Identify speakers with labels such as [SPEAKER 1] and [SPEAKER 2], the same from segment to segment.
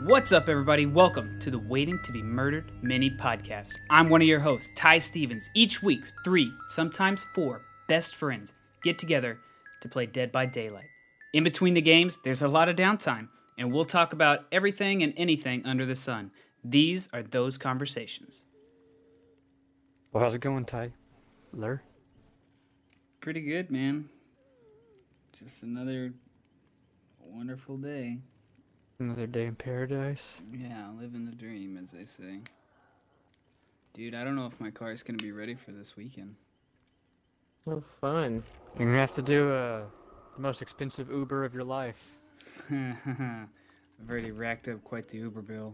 [SPEAKER 1] What's up, everybody? Welcome to the Waiting to Be Murdered mini podcast. I'm one of your hosts, Ty Stevens. Each week, three, sometimes four, best friends get together to play Dead by Daylight. In between the games, there's a lot of downtime, and we'll talk about everything and anything under the sun. These are those conversations.
[SPEAKER 2] Well, how's it going, Tyler?
[SPEAKER 1] Pretty good, man. Just another wonderful day.
[SPEAKER 2] Another day in paradise.
[SPEAKER 1] Yeah, living the dream, as they say. Dude, I don't know if my car is going to be ready for this weekend.
[SPEAKER 2] Oh, fun. You're gonna have to do uh, the most expensive Uber of your life.
[SPEAKER 1] I've already racked up quite the Uber bill.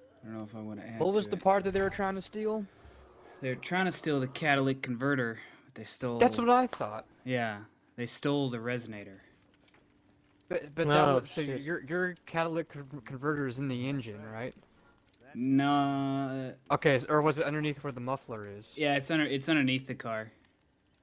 [SPEAKER 1] I don't know if I want to add.
[SPEAKER 2] what was
[SPEAKER 1] to
[SPEAKER 2] the
[SPEAKER 1] it.
[SPEAKER 2] part that they were trying to steal?
[SPEAKER 1] They're trying to steal the catalytic converter. But they stole.
[SPEAKER 2] That's what I thought.
[SPEAKER 1] Yeah, they stole the resonator.
[SPEAKER 2] But but that
[SPEAKER 3] Oh,
[SPEAKER 2] was, so
[SPEAKER 3] shit.
[SPEAKER 2] your your catalytic con- converter is in the engine, right?
[SPEAKER 1] No. uh,
[SPEAKER 2] Okay, s- or was it underneath where the muffler is?
[SPEAKER 1] Yeah, it's under. It's underneath the car.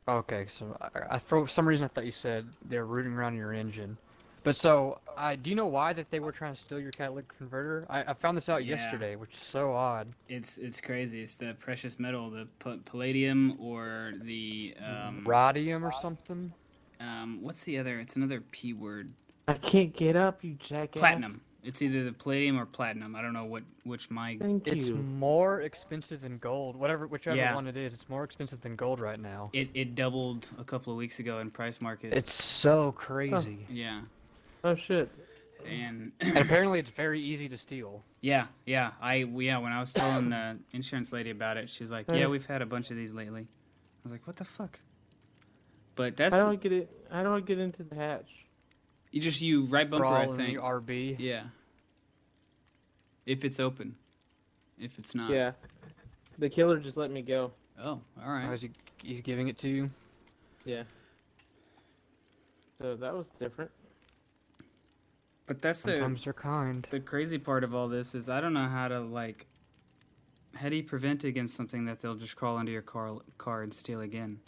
[SPEAKER 2] Okay, so I, I, for some reason I thought you said they're rooting around your engine. But so, I do you know why that they were trying to steal your catalytic converter? I, I found this out
[SPEAKER 1] Yeah.
[SPEAKER 2] yesterday, which is so odd.
[SPEAKER 1] It's it's crazy. It's the precious metal, the pa- palladium or the um,
[SPEAKER 2] Rhodium or something.
[SPEAKER 1] um. What's the other? It's another P word.
[SPEAKER 3] I can't get up, you jackass.
[SPEAKER 1] Platinum. It's either the palladium or platinum. I don't know what which my
[SPEAKER 3] Thank
[SPEAKER 2] It's
[SPEAKER 3] you.
[SPEAKER 2] more expensive than gold. Whatever, whichever
[SPEAKER 1] Yeah.
[SPEAKER 2] one it is, it's more expensive than gold right now.
[SPEAKER 1] it, it doubled a couple of weeks ago in price market.
[SPEAKER 2] It's so crazy.
[SPEAKER 1] yeah.
[SPEAKER 3] Oh shit.
[SPEAKER 1] And
[SPEAKER 2] and apparently, it's very easy to steal.
[SPEAKER 1] yeah, yeah. I we- yeah, when I was telling the insurance lady about it, she's like, "Yeah, we've had a bunch of these lately." I was like, "What the fuck?" But that's
[SPEAKER 3] How do I get it? How do I get into the hatch?
[SPEAKER 1] you just you right bumper, I
[SPEAKER 2] Brawl and
[SPEAKER 1] think.
[SPEAKER 2] RB.
[SPEAKER 1] Yeah. If it's open. If it's not.
[SPEAKER 3] yeah. The killer just let me go.
[SPEAKER 1] Oh, all
[SPEAKER 2] Oh,
[SPEAKER 1] right.
[SPEAKER 2] is he, he's giving it to you.
[SPEAKER 3] Yeah. So that was different.
[SPEAKER 1] But that's the
[SPEAKER 2] Sometimes they're kind.
[SPEAKER 1] the crazy part of all this is I don't know how to like. How do you prevent against something that they'll just crawl into your car car and steal again?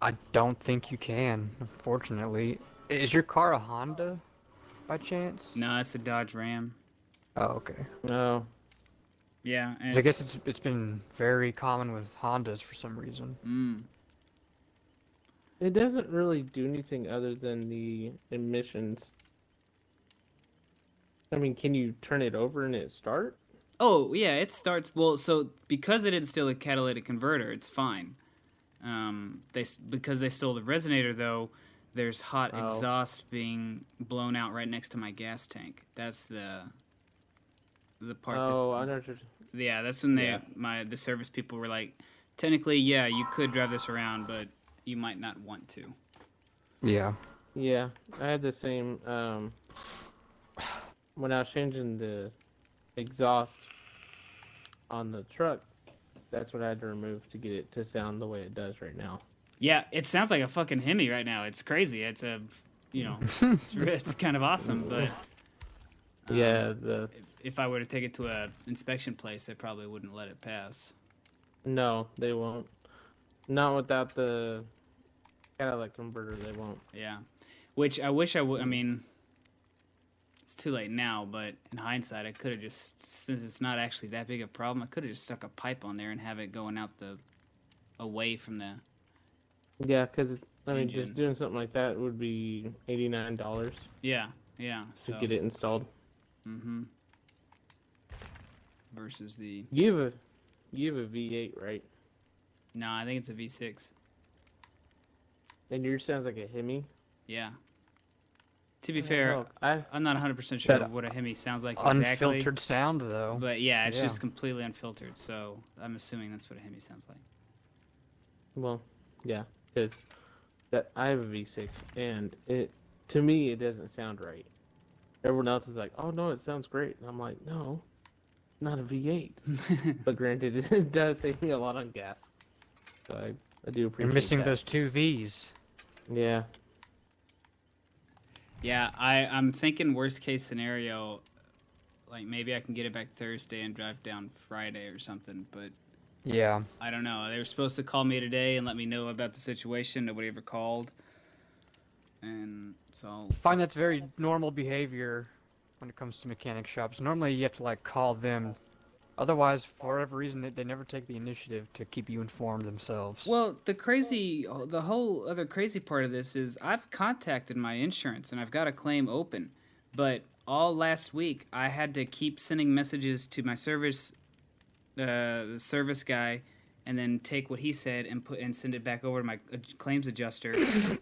[SPEAKER 2] I don't think you can, unfortunately. I- Is your car a Honda, by chance?
[SPEAKER 1] No, it's a Dodge Ram.
[SPEAKER 2] Oh, okay.
[SPEAKER 3] No.
[SPEAKER 1] Yeah, and
[SPEAKER 2] 'Cause I guess it's it's been very common with Hondas for some reason.
[SPEAKER 1] mm,
[SPEAKER 3] It doesn't really do anything other than the emissions. I mean, can you turn it over and it start?
[SPEAKER 1] Oh yeah, it starts well. So because they didn't steal the catalytic converter, it's fine. Um, they s- because they stole the resonator though. There's hot
[SPEAKER 3] Oh.
[SPEAKER 1] exhaust being blown out right next to my gas tank. That's the the part.
[SPEAKER 3] Oh,
[SPEAKER 1] that,
[SPEAKER 3] I know. what you're-
[SPEAKER 1] Yeah, that's when they
[SPEAKER 3] Yeah.
[SPEAKER 1] my the service people were like, technically, yeah, you could drive this around, but you might not want to.
[SPEAKER 2] Yeah.
[SPEAKER 3] Yeah, I had the same. Um, when I was changing the exhaust on the truck, that's what I had to remove to get it to sound the way it does right now.
[SPEAKER 1] Yeah, it sounds like a fucking Hemi right now. It's crazy. It's a, you know, it's re- it's kind of awesome, but um,
[SPEAKER 3] yeah, the
[SPEAKER 1] If, if I were to take it to a inspection place, they probably wouldn't let it pass.
[SPEAKER 3] no, they won't. Not without the catalytic converter, they won't.
[SPEAKER 1] Yeah, which I wish I would. I mean, it's too late now, but in hindsight, I could have just since it's not actually that big a problem, I could have just stuck a pipe on there and have it going out the away from the
[SPEAKER 3] Yeah, because I mean,
[SPEAKER 1] Engine.
[SPEAKER 3] just doing something like that would be eighty nine dollars
[SPEAKER 1] yeah yeah
[SPEAKER 3] to
[SPEAKER 1] so
[SPEAKER 3] get it installed.
[SPEAKER 1] Mm-hmm. Versus the
[SPEAKER 3] You have a you have a V eight, right?
[SPEAKER 1] no, I think it's a V6.
[SPEAKER 3] And yours sounds like a Hemi.
[SPEAKER 1] Yeah. To be fair,
[SPEAKER 3] Oh, I
[SPEAKER 1] I'm not 100 percent sure
[SPEAKER 2] That
[SPEAKER 1] what a Hemi sounds like exactly,
[SPEAKER 2] Unfiltered sound though.
[SPEAKER 1] but yeah, it's
[SPEAKER 2] Yeah.
[SPEAKER 1] just completely unfiltered. So I'm assuming that's what a Hemi sounds like.
[SPEAKER 3] Well, yeah, because that I have a V6, and it to me it doesn't sound right. Everyone else is like, "Oh no, it sounds great," and I'm like, "No, not a V8." but granted, it does save me a lot on gas, so I, I do appreciate.
[SPEAKER 2] You're missing
[SPEAKER 3] that.
[SPEAKER 2] those two V's.
[SPEAKER 3] Yeah,
[SPEAKER 1] Yeah, I I'm thinking worst case scenario, like maybe I can get it back Thursday and drive down Friday or something. But
[SPEAKER 2] Yeah.
[SPEAKER 1] I don't know. They were supposed to call me today and let me know about the situation. Nobody ever called, and so
[SPEAKER 2] Find that's very normal behavior when it comes to mechanic shops. Normally, you have to like call them. Otherwise, for whatever reason, they, they never take the initiative to keep you informed themselves.
[SPEAKER 1] Well, the crazy, the whole other crazy part of this is I've contacted my insurance and I've got a claim open, but all last week I had to keep sending messages to my service, uh, the service guy, and then take what he said and put and send it back over to my uh, claims adjuster.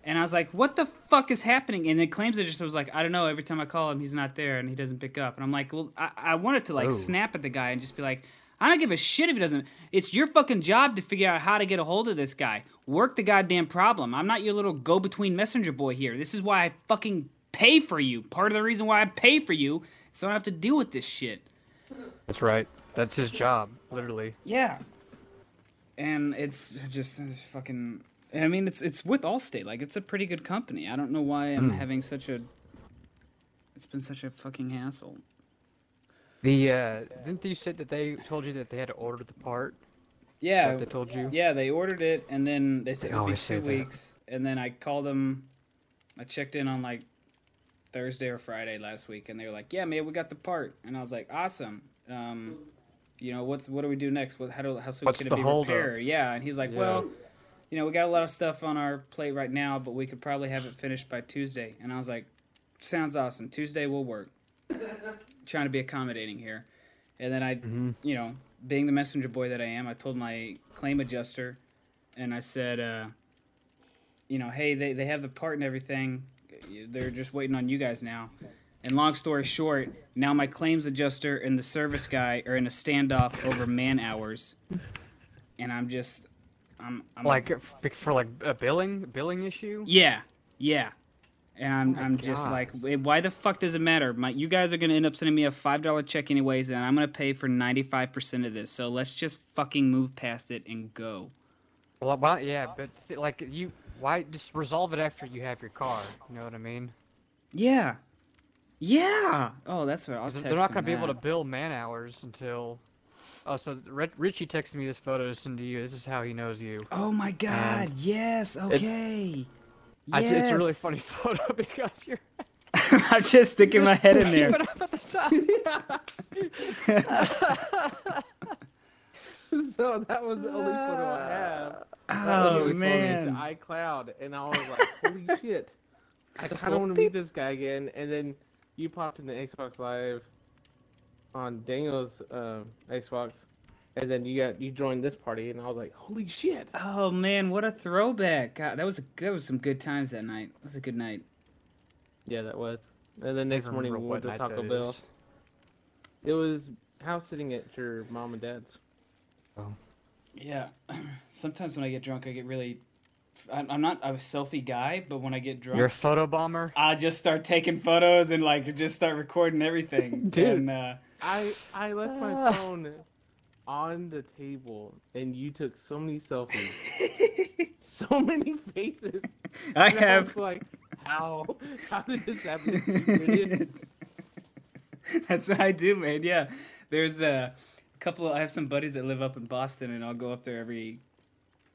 [SPEAKER 1] and I was like, "What the fuck is happening?" And the claims adjuster was like, "I don't know." Every time I call him, he's not there and he doesn't pick up. And I'm like, "Well, I, I wanted to like
[SPEAKER 2] Oh.
[SPEAKER 1] snap at the guy and just be like." I don't give a shit if he doesn't. It's your fucking job to figure out how to get a hold of this guy. Work the goddamn problem. I'm not your little go between messenger boy here. This is why I fucking pay for you. Part of the reason why I pay for you is so I don't have to deal with this shit.
[SPEAKER 2] That's right. That's his job, literally.
[SPEAKER 1] Yeah. And it's just it's fucking. I mean, it's it's with Allstate. Like, it's a pretty good company. I don't know why I'm
[SPEAKER 2] Hmm.
[SPEAKER 1] having such a. It's been such a fucking hassle.
[SPEAKER 2] The uh, didn't you say that they told you that they had to order the part?
[SPEAKER 1] Yeah.
[SPEAKER 2] Like they told you.
[SPEAKER 1] Yeah, they ordered it, and then they said
[SPEAKER 2] They
[SPEAKER 1] it would be
[SPEAKER 2] always
[SPEAKER 1] two
[SPEAKER 2] say that.
[SPEAKER 1] weeks. And then I called them. I checked in on like Thursday or Friday last week, and they were like, "Yeah, man, we got the part." And I was like, "Awesome." Um, you know, what's what do we do next? What how do how soon
[SPEAKER 2] What's
[SPEAKER 1] can it
[SPEAKER 2] the
[SPEAKER 1] be
[SPEAKER 2] holdup?
[SPEAKER 1] repaired? Yeah, and he's like,
[SPEAKER 3] Yeah.
[SPEAKER 1] "Well, you know, we got a lot of stuff on our plate right now, but we could probably have it finished by Tuesday." And I was like, "Sounds awesome. Tuesday will work." Trying to be accommodating here, and then I
[SPEAKER 2] Mm-hmm.
[SPEAKER 1] you know, being the messenger boy that I am, I told my claim adjuster, and I said, uh, you know, hey, they, they have the part and everything. They're just waiting on you guys now. And long story short, now my claims adjuster and the service guy are in a standoff over man hours, and I'm just, I'm, I'm
[SPEAKER 2] Like f- for like a billing billing issue.
[SPEAKER 1] yeah, yeah. And I'm,
[SPEAKER 2] Oh my
[SPEAKER 1] I'm just
[SPEAKER 2] God.
[SPEAKER 1] like, "Wait, why the fuck does it matter? My, you guys are gonna end up sending me a five dollar check anyways, and I'm gonna pay for ninety five percent of this. So let's just fucking move past it and go.
[SPEAKER 2] Well, why, yeah, but th- like you, why just resolve it after you have your car? You know what I mean?
[SPEAKER 1] Yeah, yeah. Oh, that's what I'll
[SPEAKER 2] 'Cause
[SPEAKER 1] text.
[SPEAKER 2] they're not
[SPEAKER 1] him
[SPEAKER 2] gonna be able to
[SPEAKER 1] that.
[SPEAKER 2] bill man hours until. Oh, so Ri- Richie texted me this photo to send to you. This is how he knows you.
[SPEAKER 1] Oh my god! yes. Okay.
[SPEAKER 2] I, it's a really
[SPEAKER 1] Yes.
[SPEAKER 2] funny photo because you're.
[SPEAKER 1] I'm just sticking my head in there.
[SPEAKER 2] Keep it up at the top.
[SPEAKER 3] so that was the only photo I have. That was the
[SPEAKER 1] Oh
[SPEAKER 3] only photo is the
[SPEAKER 1] man.
[SPEAKER 3] iCloud, and I was like, holy shit. I
[SPEAKER 2] Just
[SPEAKER 3] kind
[SPEAKER 2] little
[SPEAKER 3] of want to
[SPEAKER 2] beep.
[SPEAKER 3] meet this guy again. And then you popped into Xbox Live on Daniel's uh, Xbox, and then you got you joined this party, and I was like, holy shit.
[SPEAKER 1] Oh man, what a throwback! God, that was a, that was some good times that night. That was a good night.
[SPEAKER 3] Yeah, that was. And then next
[SPEAKER 2] Never
[SPEAKER 3] morning we
[SPEAKER 2] remember
[SPEAKER 3] went
[SPEAKER 2] what
[SPEAKER 3] to
[SPEAKER 2] night
[SPEAKER 3] Taco
[SPEAKER 2] that
[SPEAKER 3] Bell.
[SPEAKER 2] is.
[SPEAKER 3] It was house sitting at your mom and dad's.
[SPEAKER 1] Yeah. Sometimes when I get drunk, I get really. I'm I'm not a selfie guy, but when I get drunk,
[SPEAKER 2] You're a photo bomber.
[SPEAKER 1] I just start taking photos and like just start recording everything.
[SPEAKER 3] Dude.
[SPEAKER 1] And, uh,
[SPEAKER 3] I I left my
[SPEAKER 2] Ah.
[SPEAKER 3] phone on the table, and you took so many selfies, so many faces.
[SPEAKER 1] I
[SPEAKER 3] And I was
[SPEAKER 1] have.
[SPEAKER 3] like, how? How did this happen? to you, idiot?"
[SPEAKER 1] That's what I do, man. Yeah. There's uh, a couple. I have some buddies that live up in Boston, and I'll go up there every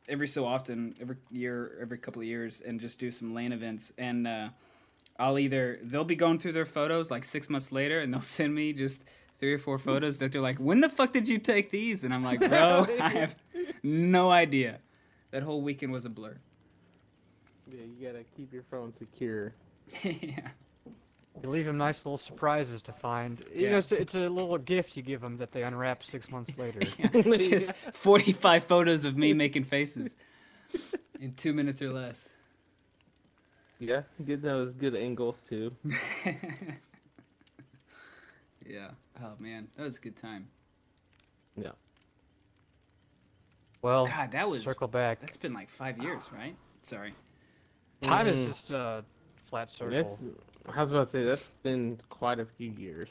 [SPEAKER 1] every so often, every year, every couple of years, and just do some LAN events. And uh, I'll either they'll be going through their photos like six months later, and they'll send me just three or four photos that they're like, "When the fuck did you take these?" And I'm like, "Bro, I have no idea." That whole weekend was a blur.
[SPEAKER 3] yeah, you gotta keep your phone secure.
[SPEAKER 1] yeah.
[SPEAKER 2] You leave them nice little surprises to find. You
[SPEAKER 1] Yeah.
[SPEAKER 2] know, it's a, it's a little gift you give them that they unwrap six months later.
[SPEAKER 1] just 45 photos of me making faces in two minutes or less.
[SPEAKER 3] Yeah, get those good angles too.
[SPEAKER 1] yeah. Oh man, that was a good time.
[SPEAKER 3] Yeah.
[SPEAKER 2] Well,
[SPEAKER 1] God, that was
[SPEAKER 2] circle back.
[SPEAKER 1] that's been like five years, right? Sorry.
[SPEAKER 2] Time
[SPEAKER 3] Mhm.
[SPEAKER 2] is just a flat circle.
[SPEAKER 3] That's, I was about to say that's been quite a few years.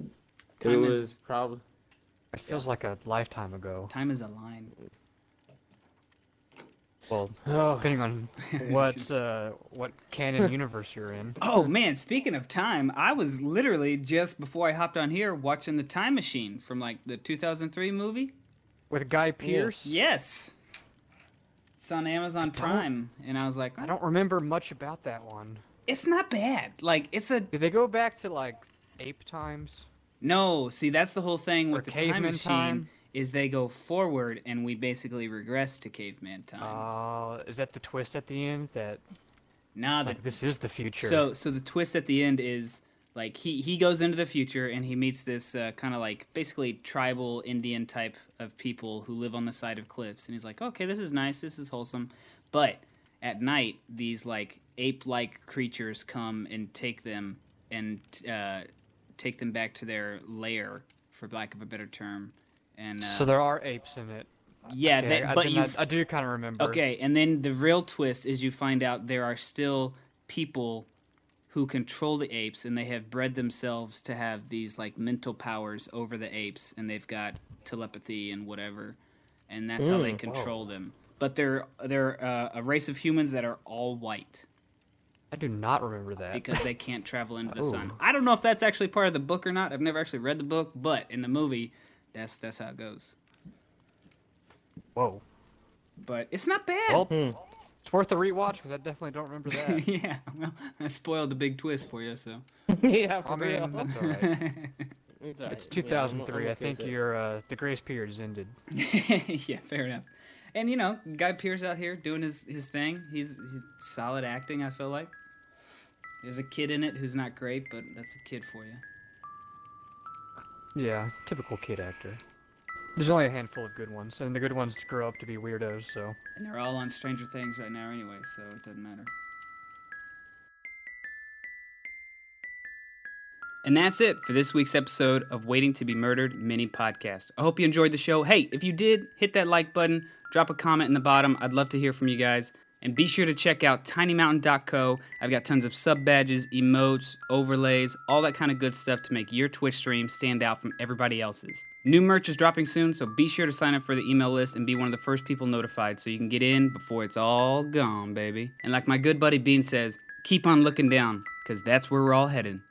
[SPEAKER 3] it
[SPEAKER 1] Time
[SPEAKER 3] was
[SPEAKER 1] is-
[SPEAKER 3] probably
[SPEAKER 2] It feels like a lifetime ago.
[SPEAKER 1] Time is a line.
[SPEAKER 2] Well,
[SPEAKER 3] oh
[SPEAKER 2] depending on what uh, what canon universe you're in.
[SPEAKER 1] Oh man, speaking of time, I was literally just before I hopped on here watching the Time Machine from like the 2003 movie.
[SPEAKER 2] With Guy Pearce,
[SPEAKER 1] Yes. It's on Amazon Prime, and I was like,
[SPEAKER 2] I don't remember much about that one.
[SPEAKER 1] it's not bad. Like it's a
[SPEAKER 2] Did they go back to like ape times?
[SPEAKER 1] No, see, that's the whole thing
[SPEAKER 2] Or
[SPEAKER 1] with the time
[SPEAKER 2] caveman
[SPEAKER 1] machine
[SPEAKER 2] time?
[SPEAKER 1] is they go forward and we basically regress to caveman times.
[SPEAKER 2] Uh, is that the twist at the end that
[SPEAKER 1] nah,
[SPEAKER 2] it's
[SPEAKER 1] Uh, the,
[SPEAKER 2] like, this is the future?
[SPEAKER 1] so so the twist at the end is like he he goes into the future and he meets this uh, kind of like basically tribal Indian type of people who live on the side of cliffs and he's like, okay, this is nice, this is wholesome, but at night these like ape like creatures come and take them and uh, take them back to their lair, for lack of a better term. And uh,
[SPEAKER 2] So there are apes in it.
[SPEAKER 1] Yeah,
[SPEAKER 2] Okay,
[SPEAKER 1] that,
[SPEAKER 2] I,
[SPEAKER 1] but
[SPEAKER 2] then
[SPEAKER 1] you.
[SPEAKER 2] I, I do kind of remember.
[SPEAKER 1] Okay, and then the real twist is you find out there are still people who control the apes, and they have bred themselves to have these like mental powers over the apes, and they've got telepathy and whatever, and that's how they
[SPEAKER 3] Mm,
[SPEAKER 1] control them. But they're they're uh, a race of humans that are all white
[SPEAKER 2] I do not remember that.
[SPEAKER 1] because they can't travel into the sun.
[SPEAKER 2] Oh.
[SPEAKER 1] I don't know if that's actually part of the book or not. I've never actually read the book, but in the movie, that's that's how it goes.
[SPEAKER 2] Whoa.
[SPEAKER 1] But it's not bad.
[SPEAKER 2] Well,
[SPEAKER 3] Hmm.
[SPEAKER 2] it's worth a rewatch because I definitely don't remember that.
[SPEAKER 1] yeah, well, I spoiled the big twist for you, so.
[SPEAKER 3] yeah, for
[SPEAKER 2] I mean,
[SPEAKER 3] real.
[SPEAKER 2] that's all right.
[SPEAKER 3] It's, all right. Yeah, I'm- I'm
[SPEAKER 2] It's 2003.
[SPEAKER 3] okay
[SPEAKER 2] I think
[SPEAKER 3] with it.
[SPEAKER 2] your uh, the grace period is ended.
[SPEAKER 1] yeah, fair enough. And you know, Guy Pearce out here doing his, his thing. He's he's solid acting. I feel like there's a kid in it who's not great, but that's a kid for you.
[SPEAKER 2] Yeah, typical kid actor. There's only a handful of good ones, and the good ones grow up to be weirdos. So
[SPEAKER 1] And they're all on Stranger Things right now, anyway, so it doesn't matter. And that's it for this week's episode of Waiting to Be Murdered mini podcast. I hope you enjoyed the show. Hey, if you did, hit that like button, drop a comment in the bottom. I'd love to hear from you guys. And be sure to check out tinymountain.co. I've got tons of sub badges, emotes, overlays, all that kind of good stuff to make your Twitch stream stand out from everybody else's. New merch is dropping soon, so be sure to sign up for the email list and be one of the first people notified so you can get in before it's all gone, baby. And like my good buddy Bean says, keep on looking down, because that's where we're all headed.